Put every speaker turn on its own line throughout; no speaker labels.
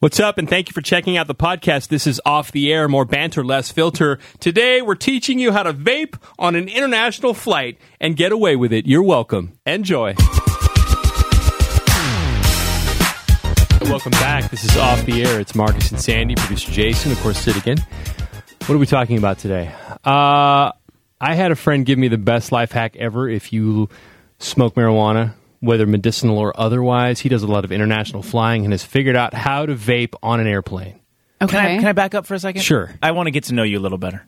What's up, and thank you for checking out the podcast. This is Off the Air, more banter, less filter. Today, we're teaching you how to vape on an international flight and get away with it. You're welcome. Enjoy. Welcome back. This is Off the Air. It's Marcus and Sandy, producer Jason, of course, sit again. What are we talking about today? Uh, I had a friend give me the best life hack ever if you smoke marijuana, whether medicinal or otherwise. He does a lot of international flying and has figured out how to vape on an airplane.
Okay.
Can I, can I back up for a second?
Sure.
I want to get to know you a little better.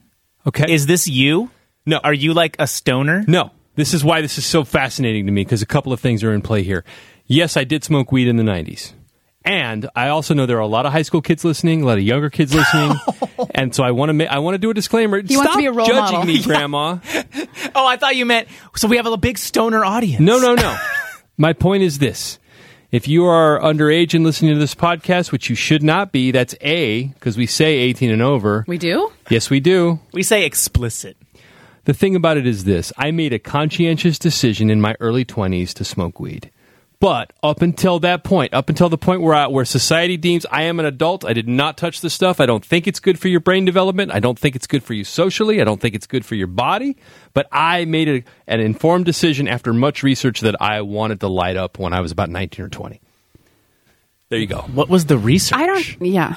Okay.
Is this you?
No.
Are you like a stoner?
No. This is why this is so fascinating to me because a couple of things are in play here. Yes, I did smoke weed in the 90s. And I also know there are a lot of high school kids listening, a lot of younger kids listening, and so I want to ma- I want to do a disclaimer. He Stop
wants to be a role
judging
model.
me, Grandma.
Oh, I thought you meant. So we have a big stoner audience.
No, no, no. My point is this. If you are underage and listening to this podcast, which you should not be, that's A, because we say 18 and over.
We do?
yes, we do.
We say explicit.
The thing about it is this I made a conscientious decision in my early 20s to smoke weed. But up until that point, up until the point where, I, where society deems I am an adult, I did not touch the stuff. I don't think it's good for your brain development. I don't think it's good for you socially. I don't think it's good for your body. But I made a, an informed decision after much research that I wanted to light up when I was about 19 or 20. There you go.
What was the research?
I don't. Yeah.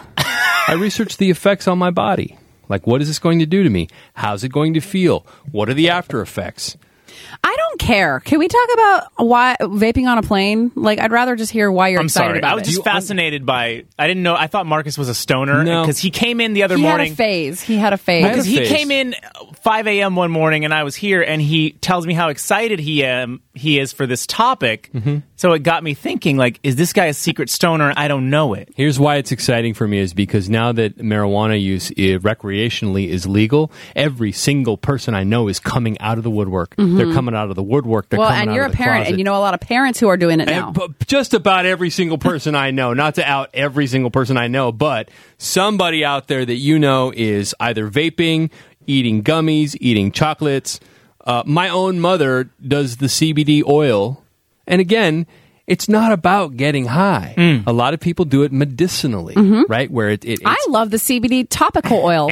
I researched the effects on my body. Like, what is this going to do to me? How's it going to feel? What are the after effects?
I don't care. Can we talk about why vaping on a plane? Like, I'd rather just hear why you're
I'm
excited
sorry.
about
I was
it.
just fascinated by. I didn't know. I thought Marcus was a stoner
No.
because he came in the other
he
morning.
had a phase. He had a phase.
Well,
because he
phase.
came in 5 a.m. one morning and I was here, and he tells me how excited he um, he is for this topic.
Mm-hmm.
So it got me thinking: like, is this guy a secret stoner? I don't know it.
Here's why it's exciting for me is because now that marijuana use i recreationally is legal, every single person I know is coming out of the woodwork. They're coming out of the woodwork. They're
Mm-hmm. well,
coming
and
out
you're a
of the
parent,
closet.
and you know a lot of parents who are doing it now.
And, but just about every single person I know, not to out every single person I know, but somebody out there that you know is either vaping, eating gummies, eating chocolates. Uh, my own mother does the CBD oil. And again, it's not about getting high. A lot of people do it medicinally, right? Where it, it, it's
Mm. Mm-hmm. I love the CBD topical oil.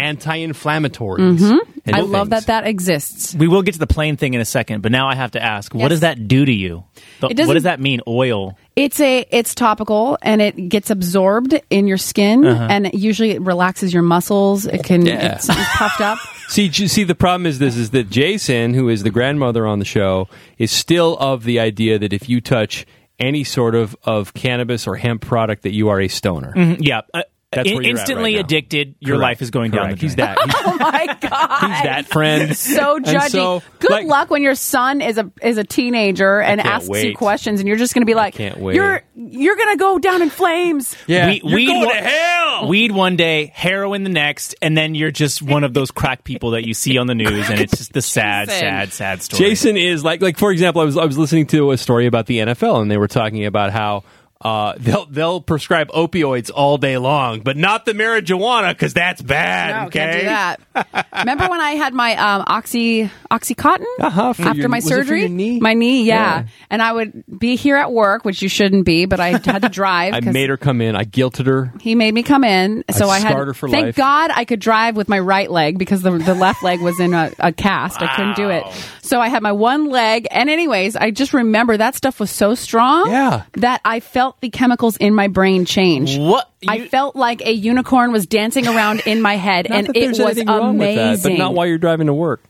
anti-inflammatories. and
Mm-hmm. I love
things.
that that exists.
We will get to the plane thing in a second, but now I have to ask:
Yes.
what does that do to you? The-
It doesn't-
what does that mean? Oil?
It's a it's topical and it gets absorbed in your skin
Uh-huh.
and it usually it relaxes your muscles. It can
Yeah.
it's, it's puffed up.
See, j- see, the problem is this: is that Jason, who is the grandmother on the show, is still of the idea that if you touch any sort of of cannabis or hemp product, that you are a stoner.
Yeah. Uh,
That's
in-
where you're at
instantly
right now.
addicted, your
Correct.
life is going down the
Correct.
drain.
He's that. He's,
Oh my god.
he's that friend.
So
And
judgy.
so,
Good
like-
luck when your son is a is a teenager and
can't
asks you
wait.
questions and you're just going to be like
can't wait.
you're you're going to go down in flames.
Yeah.
We-
You're
weed
going
one-
to hell.
Weed one day, heroin the next, and then you're just one of those crack people that you see on the news, and it's just the sad,
Jason.
sad, sad story.
Jason is like like for example, I was I was listening to a story about the NFL and they were talking about how uh, they'll they'll prescribe opioids all day long, but not the marijuana because that's bad.
No,
okay,
Oh, can't do that. Remember when I had my um, oxy oxycontin
Uh-huh, for
after
your-
my
was it for
surgery?
your knee?
My knee, yeah.
Yeah.
And I would be here at work, which you shouldn't be, but I had to drive.
I
'cause
made her come in. I guilted her.
He made me come in, so I, had.
scarred her for
thank
life.
God I could drive with my right leg because the the left leg was in a, a cast. I couldn't do it, so I had my one leg. And anyways, I just remember that stuff was so strong,
Yeah.
that I felt the chemicals in my brain change.
What?
I
You-
felt like a unicorn was dancing around in my head,
Not
and
that
it
there's
was
anything wrong with that,
amazing.
but not while you're driving to work.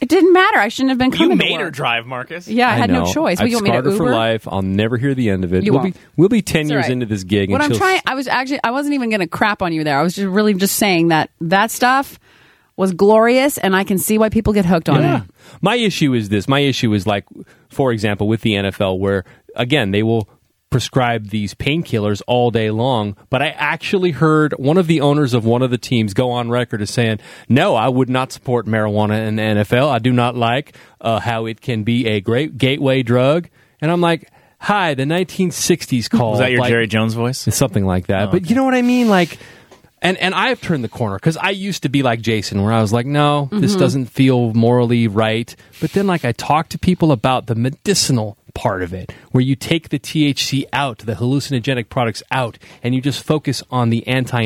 It didn't matter. I shouldn't have been coming.
you
to
made her
work.
drive, Marcus.
Yeah, I, had no
know.
choice. What,
I've
you want me to
scarred her
Uber?
for life. I'll never hear the end of it.
You
we'll
won't.
be we'll be ten
It's all
years
right.
into this gig.
What
and
I'm
she'll-
trying, I was actually, I wasn't even going to crap on you there. I was just really just saying that that stuff was glorious, and I can see why people get hooked on
Yeah.
it.
My issue is this. My issue is like, for example, with the NFL, where again they will prescribe these painkillers all day long. But I actually heard one of the owners of one of the teams go on record as saying, "No, I would not support marijuana in the NFL. I do not like uh, how it can be a great gateway drug." And I'm like, "Hi, the 1960s called."
Was that your
like,
Jerry Jones voice?
It's something like that. But you know what I mean? Like, and and I've turned the corner because I used to be like Jason, where I was like, no, this doesn't feel morally right. But then, like, I talk to people about the medicinal part of it, where you take the THC out, the hallucinogenic products out, and you just focus on the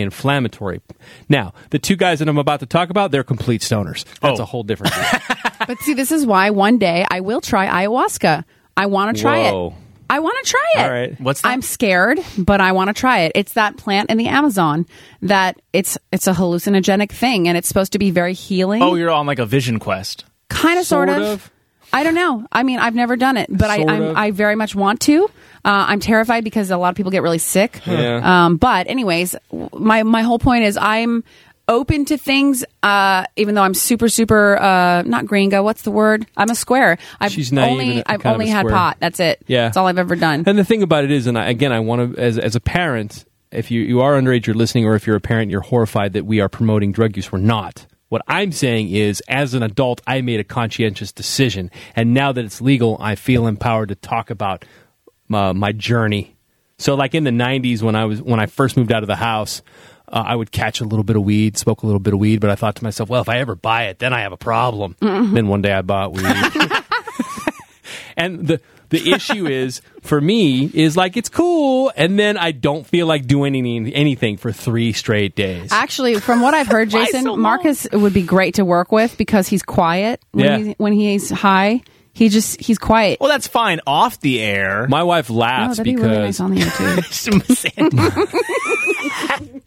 anti-inflammatory. Now, the two guys that I'm about to talk about, they're complete stoners. That's
Oh.
a whole different. thing.
But see, this is why one day I will try ayahuasca. I want to try
Whoa.
it. I want to try it.
All right.
What's that?
I'm scared, but I want to try it. It's that plant in the Amazon that it's it's a hallucinogenic thing, and it's supposed to be very healing.
Oh, you're on like a vision quest.
kind of, sort,
Sort
of.
of.
I don't know. I mean, I've never done it, but I
Sort of.
I'm, I very much want to. Uh, I'm terrified because a lot of people get really sick.
Yeah.
Um, but anyways, w- my my whole point is I'm open to things. Uh, even though I'm super super uh, not gringo. What's the word? I'm a square. I've
She's not
only
even a-
I've
kind of
only
a
had
square.
pot. That's it.
Yeah.
that's all I've ever done.
And the thing about it is, and I, again, I want to, as, as a parent, if you, you are underage, you're listening, or if you're a parent, you're horrified that we are promoting drug use. We're not. What I'm saying is, as an adult, I made a conscientious decision. And now that it's legal, I feel empowered to talk about uh, my journey. So, like in the '90s, when I was when I first moved out of the house, uh, I would catch a little bit of weed, smoke a little bit of weed, but I thought to myself, "Well, if I ever buy it, then I have a problem." Then one day I bought weed, and the the issue is for me is like it's cool, and then I don't feel like doing any, anything for three straight days.
Actually, from what I've heard, Jason
so long?
Marcus would be great to work with because he's quiet when,
Yeah.
he's, when he's high. He just he's quiet. Oh,
Well, that's fine off the air.
My wife laughs
that'd be
because
really nice on the air too.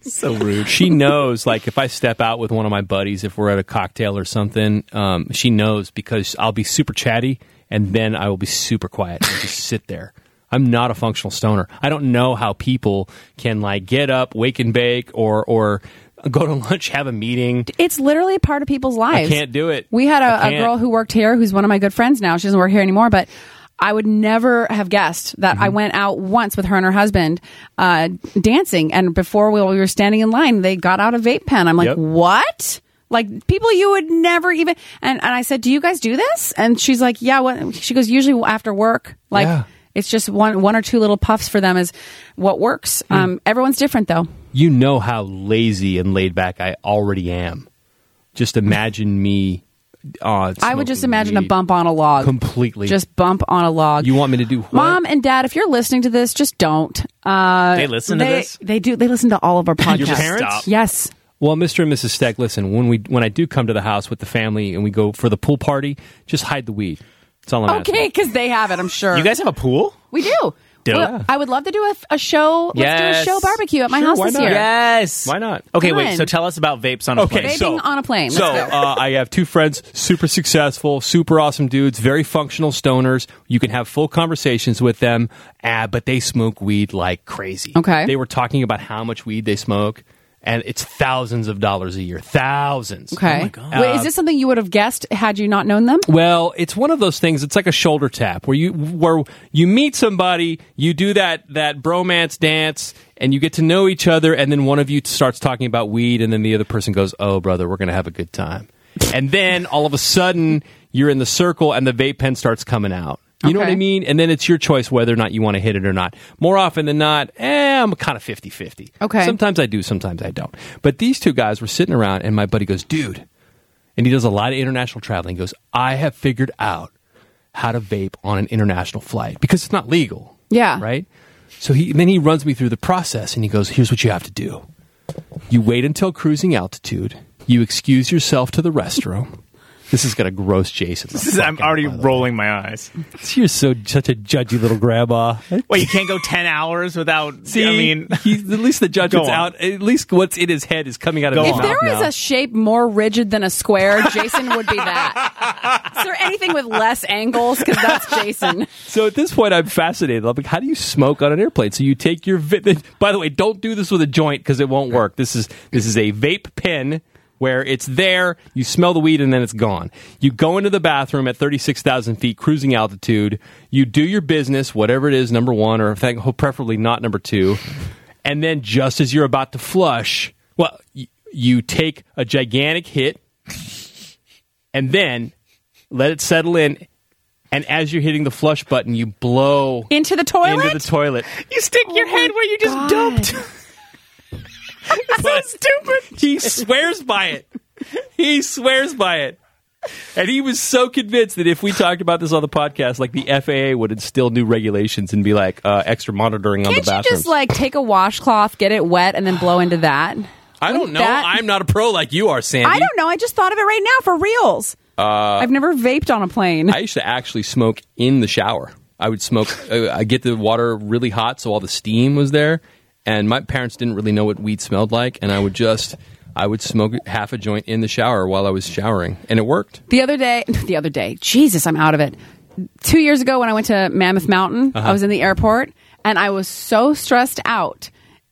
so rude.
she knows like if i step out with one of my buddies if we're at a cocktail or something um, she knows because i'll be super chatty and then i will be super quiet and just sit there i'm not a functional stoner i don't know how people can like get up wake and bake or or go to lunch have a meeting
it's literally a part of people's lives.
can't do it.
We had
I
a, a
can't.
girl who worked here who's one of my good friends now. She doesn't work here anymore, but I would never have guessed that
Mm-hmm.
I went out once with her and her husband uh, dancing. And before we, we were standing in line, they got out a vape pen. I'm like,
Yep.
what? Like people you would never even. And, and I said, do you guys do this? And she's like, yeah. What? She goes, usually after work. Like
Yeah.
it's just one, one or two little puffs for them is what works.
Hmm.
Um, everyone's different though.
you know how lazy and laid back i already am just imagine me uh,
I would just
smoking
imagine a
weed.
bump on a log.
Completely.
Just bump on a log.
You want me to do what?
Mom and dad, if you're listening to this, just don't. Uh,
They listen to
they,
this?
They do. They listen to all of our podcasts.
Your parents?
Stop.
Yes.
Well, Mr. and Mrs. Steck, listen, when we when I do come to the house with the family and we go for the pool party, just hide the weed. That's all I'm
Okay,
asking.
because they have it. I'm sure
You guys have a pool?
We do.
Dope.
Well, I would love to do a, a show. Let's
Yes.
do a show barbecue at my
Sure,
house
why
this
not?
year.
Yes.
Why not?
Okay,
Come
wait.
on.
So tell us about vapes on a
Okay,
plane.
Vaping
so
on a plane. Let's
So
go.
uh, I have two friends, super successful, super awesome dudes, very functional stoners. You can have full conversations with them, uh, but they smoke weed like crazy.
Okay.
they were talking about how much weed they smoke, and it's thousands of dollars a year, thousands.
Oh
Uh,
Okay. Wait, is this something you would have guessed had you not known them?
Well, it's one of those things. It's like a shoulder tap where you where you meet somebody, you do that that bromance dance, and you get to know each other, and then one of you starts talking about weed, and then the other person goes, "Oh, brother, we're gonna have a good time," and then all of a sudden you're in the circle, and the vape pen starts coming out. You know what
Okay.
I mean? And then it's your choice whether or not you want to hit it or not. More often than not, eh, I'm kind of 50 50.
Okay.
Sometimes I do, sometimes I don't. But these two guys were sitting around, and my buddy goes, dude, and he does a lot of international traveling. He goes, I have figured out how to vape on an international flight because it's not legal.
Yeah.
Right? So he then he runs me through the process and he goes, Here's what you have to do. You wait until cruising altitude, you excuse yourself to the restroom. This is gonna gross Jason.
This is, I'm already rolling my eyes.
You're so such a judgy little grandma.
Wait, you can't go 10 hours without.
See,
I mean,
he's, at least the judgment's
Go on.
out. At least what's in his head is coming out of
Go
his
on.
mouth
If there was
now.
a shape more rigid than a square, Jason would be that. Is there anything with less angles? Because that's Jason.
So at this point, I'm fascinated. I'm like, how do you smoke on an airplane? So you take your. Vi- By the way, don't do this with a joint because it won't work. This is this is a vape pen where it's there, you smell the weed, and then it's gone. You go into the bathroom at 36,000 feet, cruising altitude. You do your business, whatever it is, number one, or thank- preferably not number two. And then just as you're about to flush, well, y- you take a gigantic hit and then let it settle in. And as you're hitting the flush button, you blow
Into the toilet?
into the toilet.
You stick
Oh
your head where you just dumped.
so stupid. He swears by it. He swears by it. And he was so convinced that if we talked about this on the podcast, like the FAA would instill new regulations and be like uh, extra monitoring on
Can't
the
you
bathrooms.
just like take a washcloth, get it wet, and then blow into that?
I don't
wouldn't
know.
that-
I'm not a pro like you are, Sandy.
I don't know. I just thought of it right now for reals. I've never vaped on a plane.
Uh, I used to actually smoke in the shower. I would smoke. uh, I get the water really hot, so all the steam was there. And my parents didn't really know what weed smelled like, and I would just, I would smoke half a joint in the shower while I was showering, and it worked.
The other day, the other day, Jesus, I'm out of it. Two years ago, when I went to Mammoth Mountain,
Uh-huh.
I was in the airport and I was so stressed out.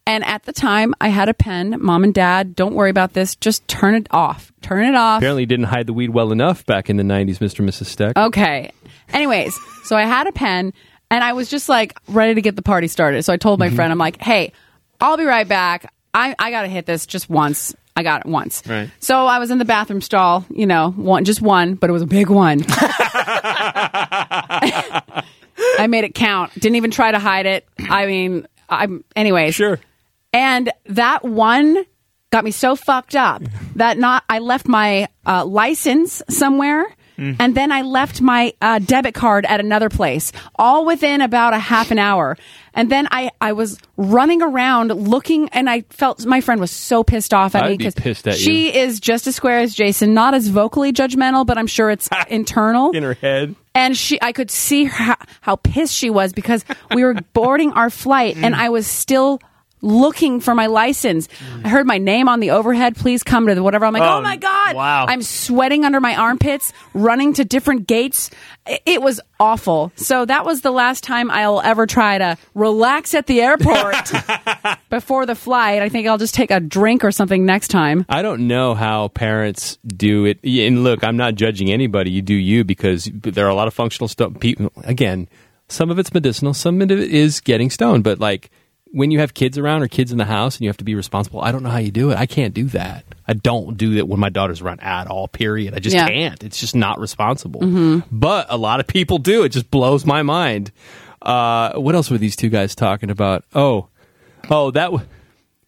And at the time, I had a pen. Mom and Dad, don't worry about this. Just turn it off. Turn it off.
Apparently, you didn't hide the weed well enough back in the '90s, Mr. and Mrs. Steck.
Okay. Anyways, so I had a pen and I was just like ready to get the party started. So I told my
Mm-hmm.
friend, I'm like, hey, I'll be right back. I, I got to hit this just once. I got it once.
Right.
So I was in the bathroom stall, you know, one, just one, but it was a big one. I made it count. Didn't even try to hide it. I mean, I'm, anyways.
Sure.
And that one got me so fucked up that not I left my uh, license somewhere.
Mm.
And then I left my uh, debit card at another place, all within about a half an hour. And then I, I was running around looking, and I felt my friend was so pissed off at
I'd
me
be pissed at
she is just as square as Jason, not as vocally judgmental, but I'm sure it's internal
In her head.
and she i could see her, how, how pissed she was because we were boarding our flight and i was still looking for my license i heard my name on the overhead please come to the whatever i'm like oh,
Oh,
my god
wow.
i'm sweating under my armpits running to different gates I- it was awful so that was the last time i'll ever try to relax at the airport before the flight i think i'll just take a drink or something next time
I don't know how parents do it. Yeah, And look, I'm not judging anybody. You do you because there are a lot of functional stuff. People, again, some of it's medicinal, some of it is getting stoned. But like when you have kids around or kids in the house and you have to be responsible, I don't know how you do it. I can't do that. I don't do that when my daughter's around at all, period. I just
Yeah.
can't. It's just not responsible. But a lot of people do. It just blows my mind. Uh, what else were these two guys talking about? Oh, oh, that. W-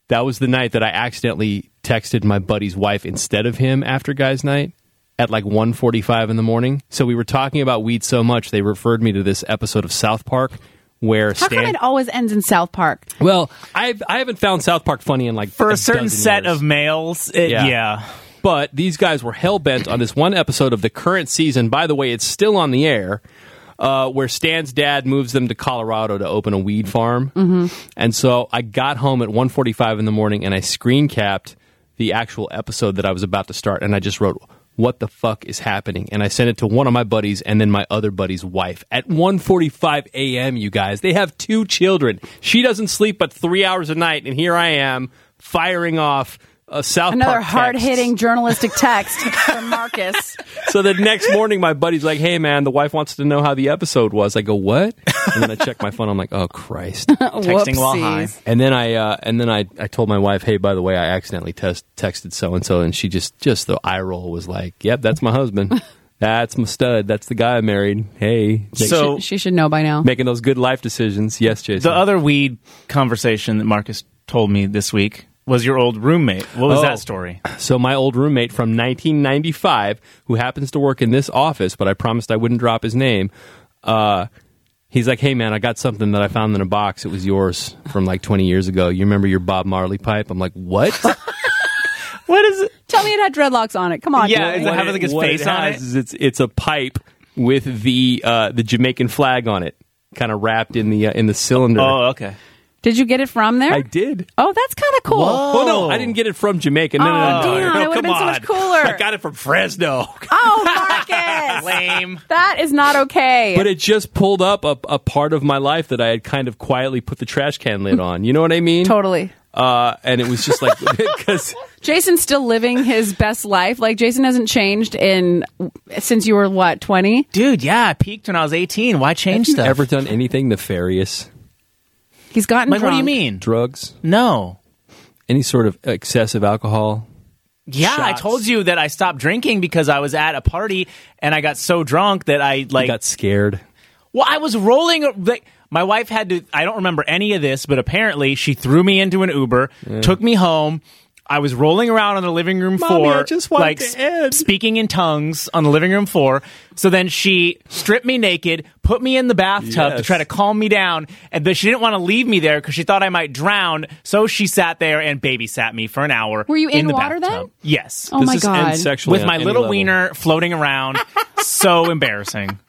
that was the night that I accidentally texted my buddy's wife instead of him after guys night at like 1:45 in the morning. So we were talking about weed so much they referred me to this episode of South Park where
how
Stan
come it always ends in south park
Well, I've I haven't found South Park funny in like
For a
a
certain
dozen
set
years.
of males, it,
Yeah.
yeah.
But these guys were hell bent on this one episode of the current season. By the way, it's still on the air. Uh, where Stan's dad moves them to Colorado to open a weed farm, mm-hmm. and so I got home at 1:45 in the morning and I screen capped the actual episode that I was about to start, and I just wrote, "What the fuck is happening?" and I sent it to one of my buddies and then my other buddy's wife at 1:45 a.m. You guys, they have two children. She doesn't sleep but three hours a night, and here I am firing off a South
another
Park texts.
hard hitting journalistic text from Marcus.
So the next morning, my buddy's like, "Hey, man, the wife wants to know how the episode was." I go, "What?" And then I check my phone. I'm like, "Oh Christ!"
Texting while high.
Whoopsies.
And then I uh, and then I, I told my wife, "Hey, by the way, I accidentally test, texted so and so," and she just just the eye roll was like, "Yep, that's my husband. That's my stud. That's the guy I married. Hey, make-
So
She should know by now.
making those good life decisions. Yes, Jason.
the other weed conversation that Marcus told me this week was your old roommate. What was
Oh.
that story?
So my old roommate from 1995, who happens to work in this office, but I promised I wouldn't drop his name. Uh, he's like, "Hey man, I got something that I found in a box. It was yours from like 20 years ago. You remember your Bob Marley pipe?" I'm like, "What?"
What is it?
Tell me it had dreadlocks on it. Come on.
Yeah,
Julie.
is it have, like, his
what
face
it
on
has
it?
is it's it's a pipe with the uh, the Jamaican flag on it, kind of wrapped in the uh, in the cylinder.
Oh, okay.
Did you get it from there?
I did.
Oh, that's kind of cool.
Oh no, I didn't get it from Jamaica. No, no, no,
Oh,
no,
damn,
no,
it
come
would've been so
on.
much cooler.
I got it from Fresno.
Oh, Marcus.
Lame.
that is not okay.
But it just pulled up a, a part of my life that I had kind of quietly put the trash can lid on. You know what I mean?
totally.
uh, and it was just like because
Jason's still living his best life. Like Jason hasn't changed in since you were what twenty.
Dude, yeah, I peaked when I was 18. Why change stuff?
ever done anything nefarious,
He's gotten
like, what do you
drunk.
mean?
drugs,
No.
any sort of excessive alcohol.
Yeah, I
Shots.
told you that I stopped drinking because I was at a party and I got so drunk that I
I
like
got scared.
Well, I was rolling. Like, my wife had to. I don't remember any of this, but apparently she threw me into an Uber, took me home. I was rolling around on the living room
Mommy, I
floor,
just want
like
to
s-
end.
speaking in tongues on the living room floor. So then she stripped me naked, put me in the bathtub to
Yes.
try to calm me down, and but she didn't want to leave me there because she thought I might drown. So she sat there and babysat me for an hour.
Were you in
the
water then?
bathtub. Yes,
Oh
Does
my
this
God.
End sexually
with
on
my
any
little
level?
wiener floating around. so embarrassing.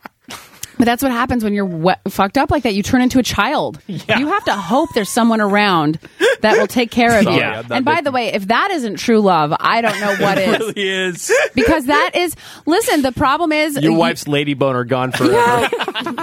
But that's what happens when you're wet, fucked up like that. You turn into a child. You have to hope there's someone around that will take care of
Sorry,
you.
I'm
not
And by
making-
the way, if that isn't true love, I don't know what is.
is
Because that is, listen, the problem is
your
you-
wife's lady boner gone forever?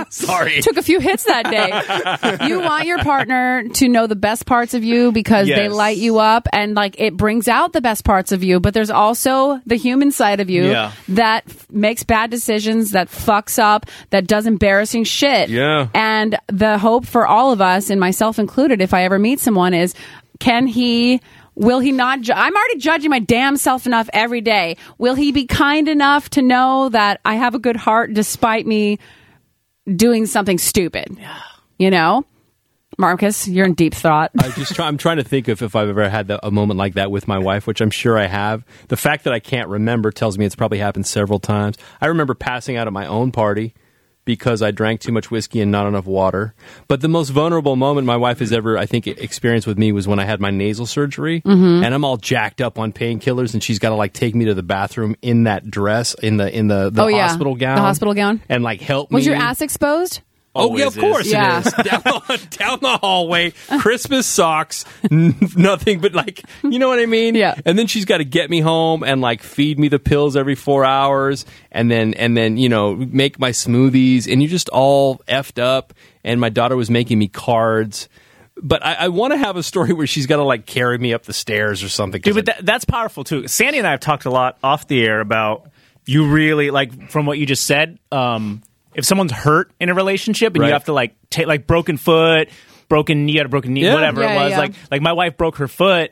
Sorry.
took a few hits that day. you want your partner to know the best parts of you because they
Yes.
light you up and like it brings out the best parts of you, but there's also the human side of you
Yeah.
that f- makes bad decisions, that fucks up, that does embarrassing shit.
Yeah.
And the hope for all of us and myself included if I ever meet someone is can he Will he not? Ju- I'm already judging my damn self enough every day. Will he be kind enough to know that I have a good heart despite me doing something stupid. You know? Marcus, you're in deep thought.
I just try, I'm trying to think of if I've ever had the, a moment like that with my wife, which I'm sure I have. The fact that I can't remember tells me it's probably happened several times. I remember passing out at my own party because I drank too much whiskey and not enough water. But the most vulnerable moment my wife has ever, I think, e-, experienced with me was when I had my nasal surgery,
Mm-hmm.
and I'm all jacked up on painkillers, and she's got to like take me to the bathroom in that dress in the in the, the
Oh, yeah.
hospital
The
gown,
hospital gown.
and like help
Was
me.
your ass exposed?
Oh, yeah, of
Always is.
course
Yeah.
it is. Down, down the hallway, Christmas socks, n- nothing but like, you know what I mean?
Yeah.
And then she's got to get me home and like feed me the pills every four hours and then, and then, you know, make my smoothies and you're just all effed up. And my daughter was making me cards. But I, I want to have a story where she's got to like carry me up the stairs or something. 'cause
Dude, but
I-
that, that's powerful too. Sandy and I have talked a lot off the air about you really like from what you just said. Um, if someone's hurt in a relationship and
Right.
you have to like take like broken foot, broken knee, you had a broken knee,
Yeah.
whatever
Yeah,
it was.
yeah.
Like like my wife broke her foot,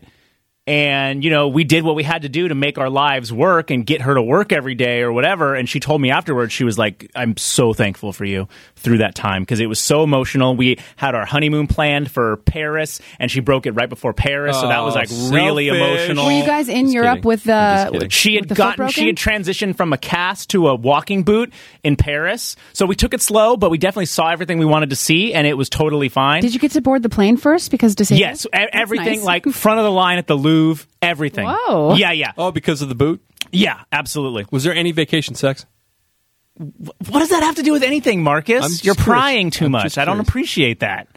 and you know we did what we had to do to make our lives work and get her to work every day or whatever. And she told me afterwards she was like, "I'm so thankful for you through that time because it was so emotional. We had our honeymoon planned for Paris, and she broke it right before Paris, so that was like really
selfish.
emotional.
Oh, Were you guys in
Just
Europe
kidding. I'm
with the
just kidding.
She
with
had
the foot
gotten she
broken?
had transitioned from a cast to a walking boot in Paris. So we took it slow, but we definitely saw everything we wanted to see and it was totally fine.
Did you get to board the plane first because disabled?
Yes, e-
That's
everything
nice.
like front of the line at the Louvre, everything.
Whoa.
Yeah, yeah.
oh, because of the boot?
Yeah, absolutely.
Was there any vacation sex?
What does that have to do with anything, Marcus?
I'm just
You're
curious.
prying too
I'm
much.
just
I don't
curious.
appreciate that.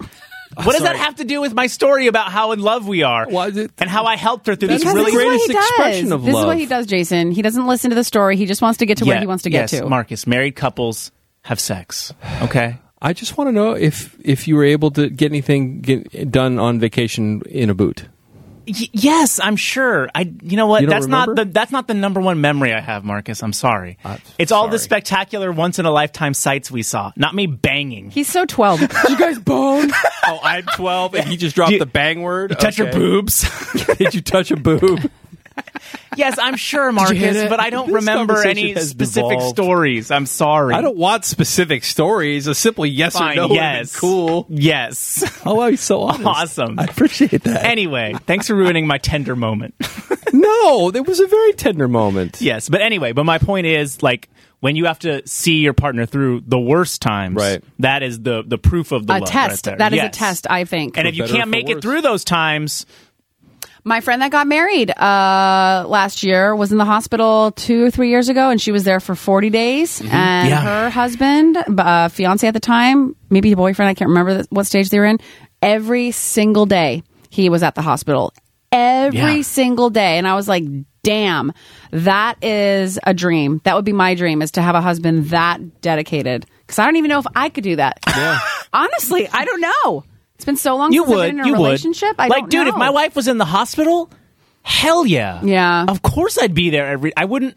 What does that
sorry.
have to do with my story about how in love we are
Why is it-
and how I helped her through this
Because
That's
really
this is what
greatest
he does.
expression of
this is
love.
what he does, Jason. He doesn't listen to the story. He just wants to get to where
Yeah,
he wants to get
yes,
to.
Marcus, married couples have sex. Okay.
I just want to know if if you were able to get anything get done on vacation in a boot.
Y- yes, I'm sure. I you know what?
You don't
that's not
remember?
the that's not the number one memory I have, Marcus. I'm sorry. it's all the
sorry.
spectacular once in a lifetime sights we saw. Not me banging.
He's so 12. Did you guys bone?
Oh, I'm 12, and he just dropped
Do you-
the bang word.
Touch your
Okay.
boobs.
Did you touch a boob?
yes, I'm sure,
you hit
Marcus,
it?
but I don't
This
remember
conversation
any
has
specific
devolved.
stories. I'm sorry.
I don't want specific stories. A simple yes
Fine,
or no. would have been
yes.
Cool.
Yes.
Oh, wow, he's so honest.
Awesome.
I appreciate that.
anyway, thanks for ruining my tender moment.
no, it was a very tender moment.
yes, but anyway, but my point is like when you have to see your partner through the worst times,
Right.
that is the the proof of the
a
love
test.
Right there.
That is
Yes.
a test, I think.
And if you
better or
can't
for
make
worse.
it through those times,
My friend that got married uh, last year was in the hospital two or three years ago, and she was there for 40 days. And
Mm-hmm. Yeah.
her husband, uh, fiance at the time, maybe boyfriend, I can't remember th- what stage they were in, every single day he was at the hospital. Every
Yeah.
single day. And I was like, damn, that is a dream. That would be my dream is to have a husband that dedicated. Because I don't even know if I could do that. Honestly, I don't know. It's It's been so long
You
since I've
would.
been in a
You
relationship.
would.
I
like,
don't
dude,
know.
if my wife was in the hospital, hell yeah.
Yeah.
Of course I'd be there every. I wouldn't.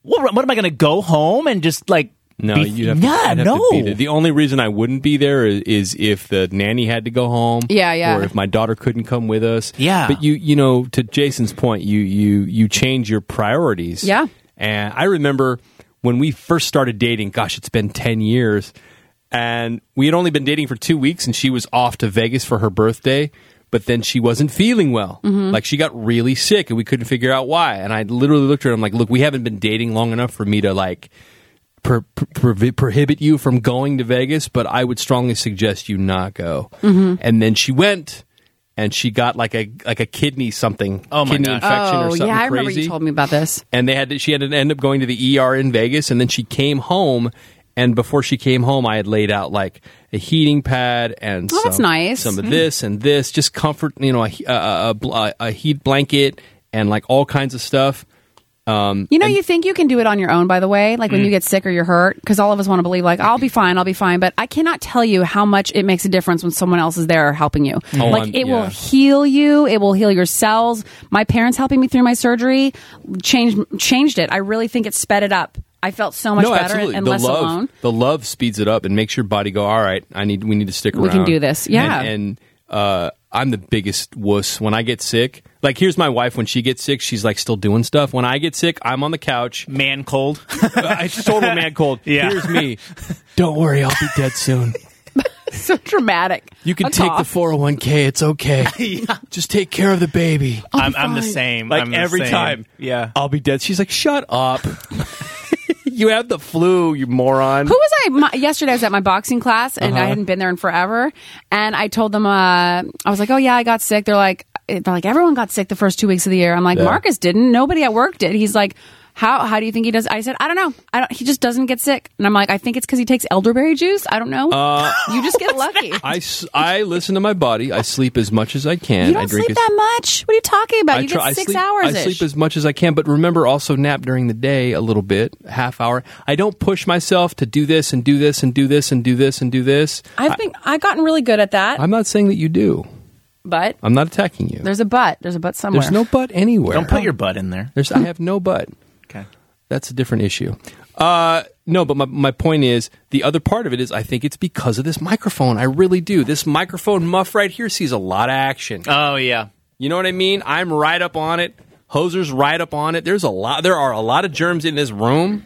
What, what am I going to go home and just like?
No,
be-
you'd have, to,
yeah,
I'd have
no.
to be there. The only reason I wouldn't be there is, is if the nanny had to go home.
Yeah, yeah.
Or if my daughter couldn't come with us.
Yeah.
But you, you know, to Jason's point, you you you change your priorities.
Yeah.
And I remember when we first started dating. Gosh, it's been ten years, and we had only been dating for two weeks, and she was off to Vegas for her birthday. But then she wasn't feeling well.
Mm-hmm.
Like she got really sick, and we couldn't figure out why. And I literally looked at her. and I'm like, "Look, we haven't been dating long enough for me to like." pro- pro- provi- prohibit you from going to Vegas, but I would strongly suggest you not go.
Mm-hmm.
And then she went, and she got like a like a kidney something,
Oh my
kidney
God.
infection or
oh
something
yeah, I remember
crazy.
you told me about this.
And they had to, she had to end up going to the ER in Vegas, and then she came home. And before she came home, I had laid out like a heating pad and
Oh,
some,
that's nice.
some of this and this, just comfort, you know, a, a, a, a, a heat blanket and like all kinds of stuff.
You know, you think you can do it on your own, by the way, like
Mm.
when you get sick or you're hurt, because all of us want to believe, like, I'll be fine, I'll be fine. But I cannot tell you how much it makes a difference when someone else is there helping you. like,
Oh, I'm-
it
yeah.
will heal you, it will heal your cells. My parents helping me through my surgery changed, changed it. I really think it sped it up. I felt so much better and
the
less
love,
alone.
The love speeds it up and makes your body go, all right, I need, we need to stick around.
We can do this. Yeah.
And, and, uh, I'm the biggest wuss when I get sick. Like, here's my wife when she gets sick, she's like still doing stuff. When I get sick, I'm on the couch.
Man, cold.
Uh, it's total man cold.
Yeah.
Here's me. Don't worry, I'll be dead soon.
So dramatic.
You can
A
take the
cough.
401k. It's okay. Just take care of the baby.
I'm, I'm the same.
Like
I'm the
every
same.
time.
Yeah.
I'll be dead. She's like, shut up. you have the flu, you moron.
Who was I? My, yesterday I was at my boxing class and
Uh-huh.
I hadn't been there in forever. And I told them, uh, I was like, oh yeah, I got sick. They're like, eh, they're like, everyone got sick the first two weeks of the year. I'm like,
Yeah.
Marcus didn't. Nobody at work did. He's like, how, how do you think he does? I said, I don't know. I don't, he just doesn't get sick. And I'm like, I think it's because he takes elderberry juice. I don't know.
Uh,
you just get lucky.
I, s- I listen to my body. I sleep as much as I can.
you
I
don't
drink
sleep
as,
that much. What are you talking about?
I
you
try- I
get six
sleep,
hours.
I sleep as much as I can, but remember also nap during the day a little bit, half hour. I don't push myself to do this and do this and do this and do this and do this.
I've been, I've gotten really good at that.
I'm not saying that you do.
but
I'm not attacking you.
there's a but. There's a but somewhere.
There's no butt anywhere.
Don't put your butt in there.
There's, I have no butt.
Okay.
That's a different issue. Uh, no, but my, my point is the other part of it is I think it's because of this microphone. I really do. This microphone muff right here sees a lot of action.
Oh yeah.
You know what I mean? I'm right up on it. Hoser's right up on it. There's a lot. There are a lot of germs in this room.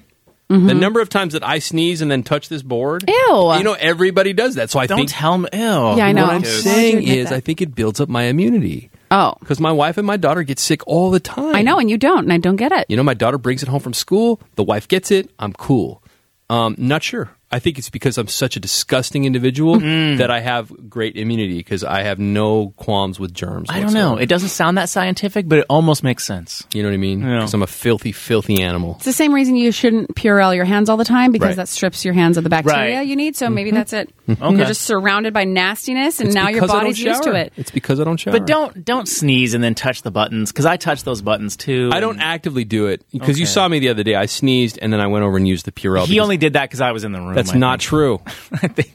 The number of times that I sneeze and then touch this board.
Mm-hmm. Ew.
You know everybody does that. So I
Don't
think
tell me. Ew.
Yeah, I know.
what I'm
Why'd you
saying
admit
is
that?
I think it builds up my immunity
Oh,
because my wife and my daughter get sick all the time.
I know. And you don't. And I don't get it.
You know, my daughter brings it home from school. The wife gets it. I'm cool. Um, not sure. I think it's because I'm such a disgusting individual
Mm.
that I have great immunity because I have no qualms with germs.
I don't know.
whatsoever.
It doesn't sound that scientific, but it almost makes sense.
You know what I mean?
Yeah.
Because I'm a filthy, filthy animal.
It's the same reason you shouldn't Purell your hands all the time because
Right. Mm-hmm.
that strips your hands of the bacteria
Right.
you need. So maybe that's it. You're just surrounded by nastiness, and
It's
now your
because I
body's
don't
used to
shower.
it.
It's because I don't shower.
But don't don't sneeze and then touch the buttons because I touch those buttons too.
I don't actively do it because
Okay.
you saw me the other day. I sneezed and then I went over and used the Purell.
He
because
only did that because I was in the room.
That's
I
not
think.
true.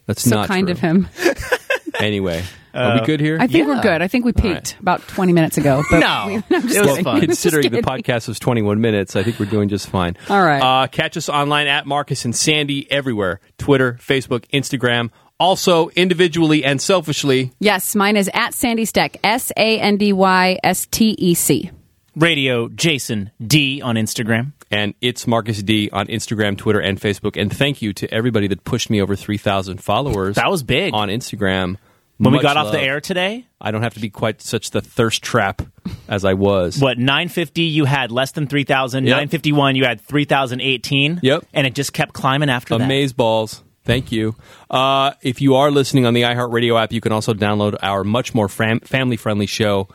That's
So
not
kind
true.
of him. Uh,
Anyway, are we good here?
I think we're
Yeah.
good. I think we peaked about 20 minutes ago. But
No,
I'm just
it was
kidding.
fun.
Just
Considering the
kidding.
podcast was 21 minutes, I think we're doing just fine.
All right.
Uh, catch us online at Marcus and Sandy everywhere Twitter, Facebook, Instagram. Also, individually and selfishly,
Yes, mine is at Sandy Steck. S A N D Y S T E C.
Radio Jason D on Instagram.
and it's Marcus D on Instagram, Twitter, and Facebook. And thank you to everybody that pushed me over 3,000 followers.
That was big.
on Instagram.
when we
Much
got off the
love.
air today,
I don't have to be quite such the thirst trap as I was.
what nine fifty? You had less than three thousand.
Yep.
Nine fifty one. You had three thousand eighteen.
Yep.
And it just kept climbing after that.
Amaze balls. Thank you. Uh, if you are listening on the iHeartRadio app, you can also download our much more fam- family friendly show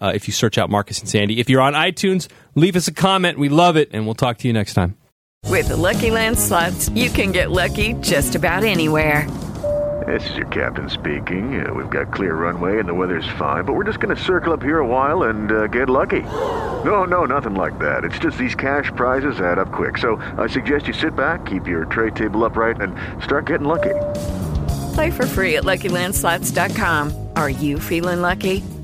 uh, if you search out Marcus and Sandy. If you're on iTunes, leave us a comment. We love it, and we'll talk to you next time.
With the Lucky Land slots, you can get lucky just about anywhere.
This is your captain speaking. Uh, we've got clear runway and the weather's fine, but we're just going to circle up here a while and uh, get lucky. No, no, nothing like that. It's just these cash prizes add up quick. So I suggest you sit back, keep your tray table upright, and start getting lucky.
Play for free at LuckyLandSlots.com. Are you feeling lucky?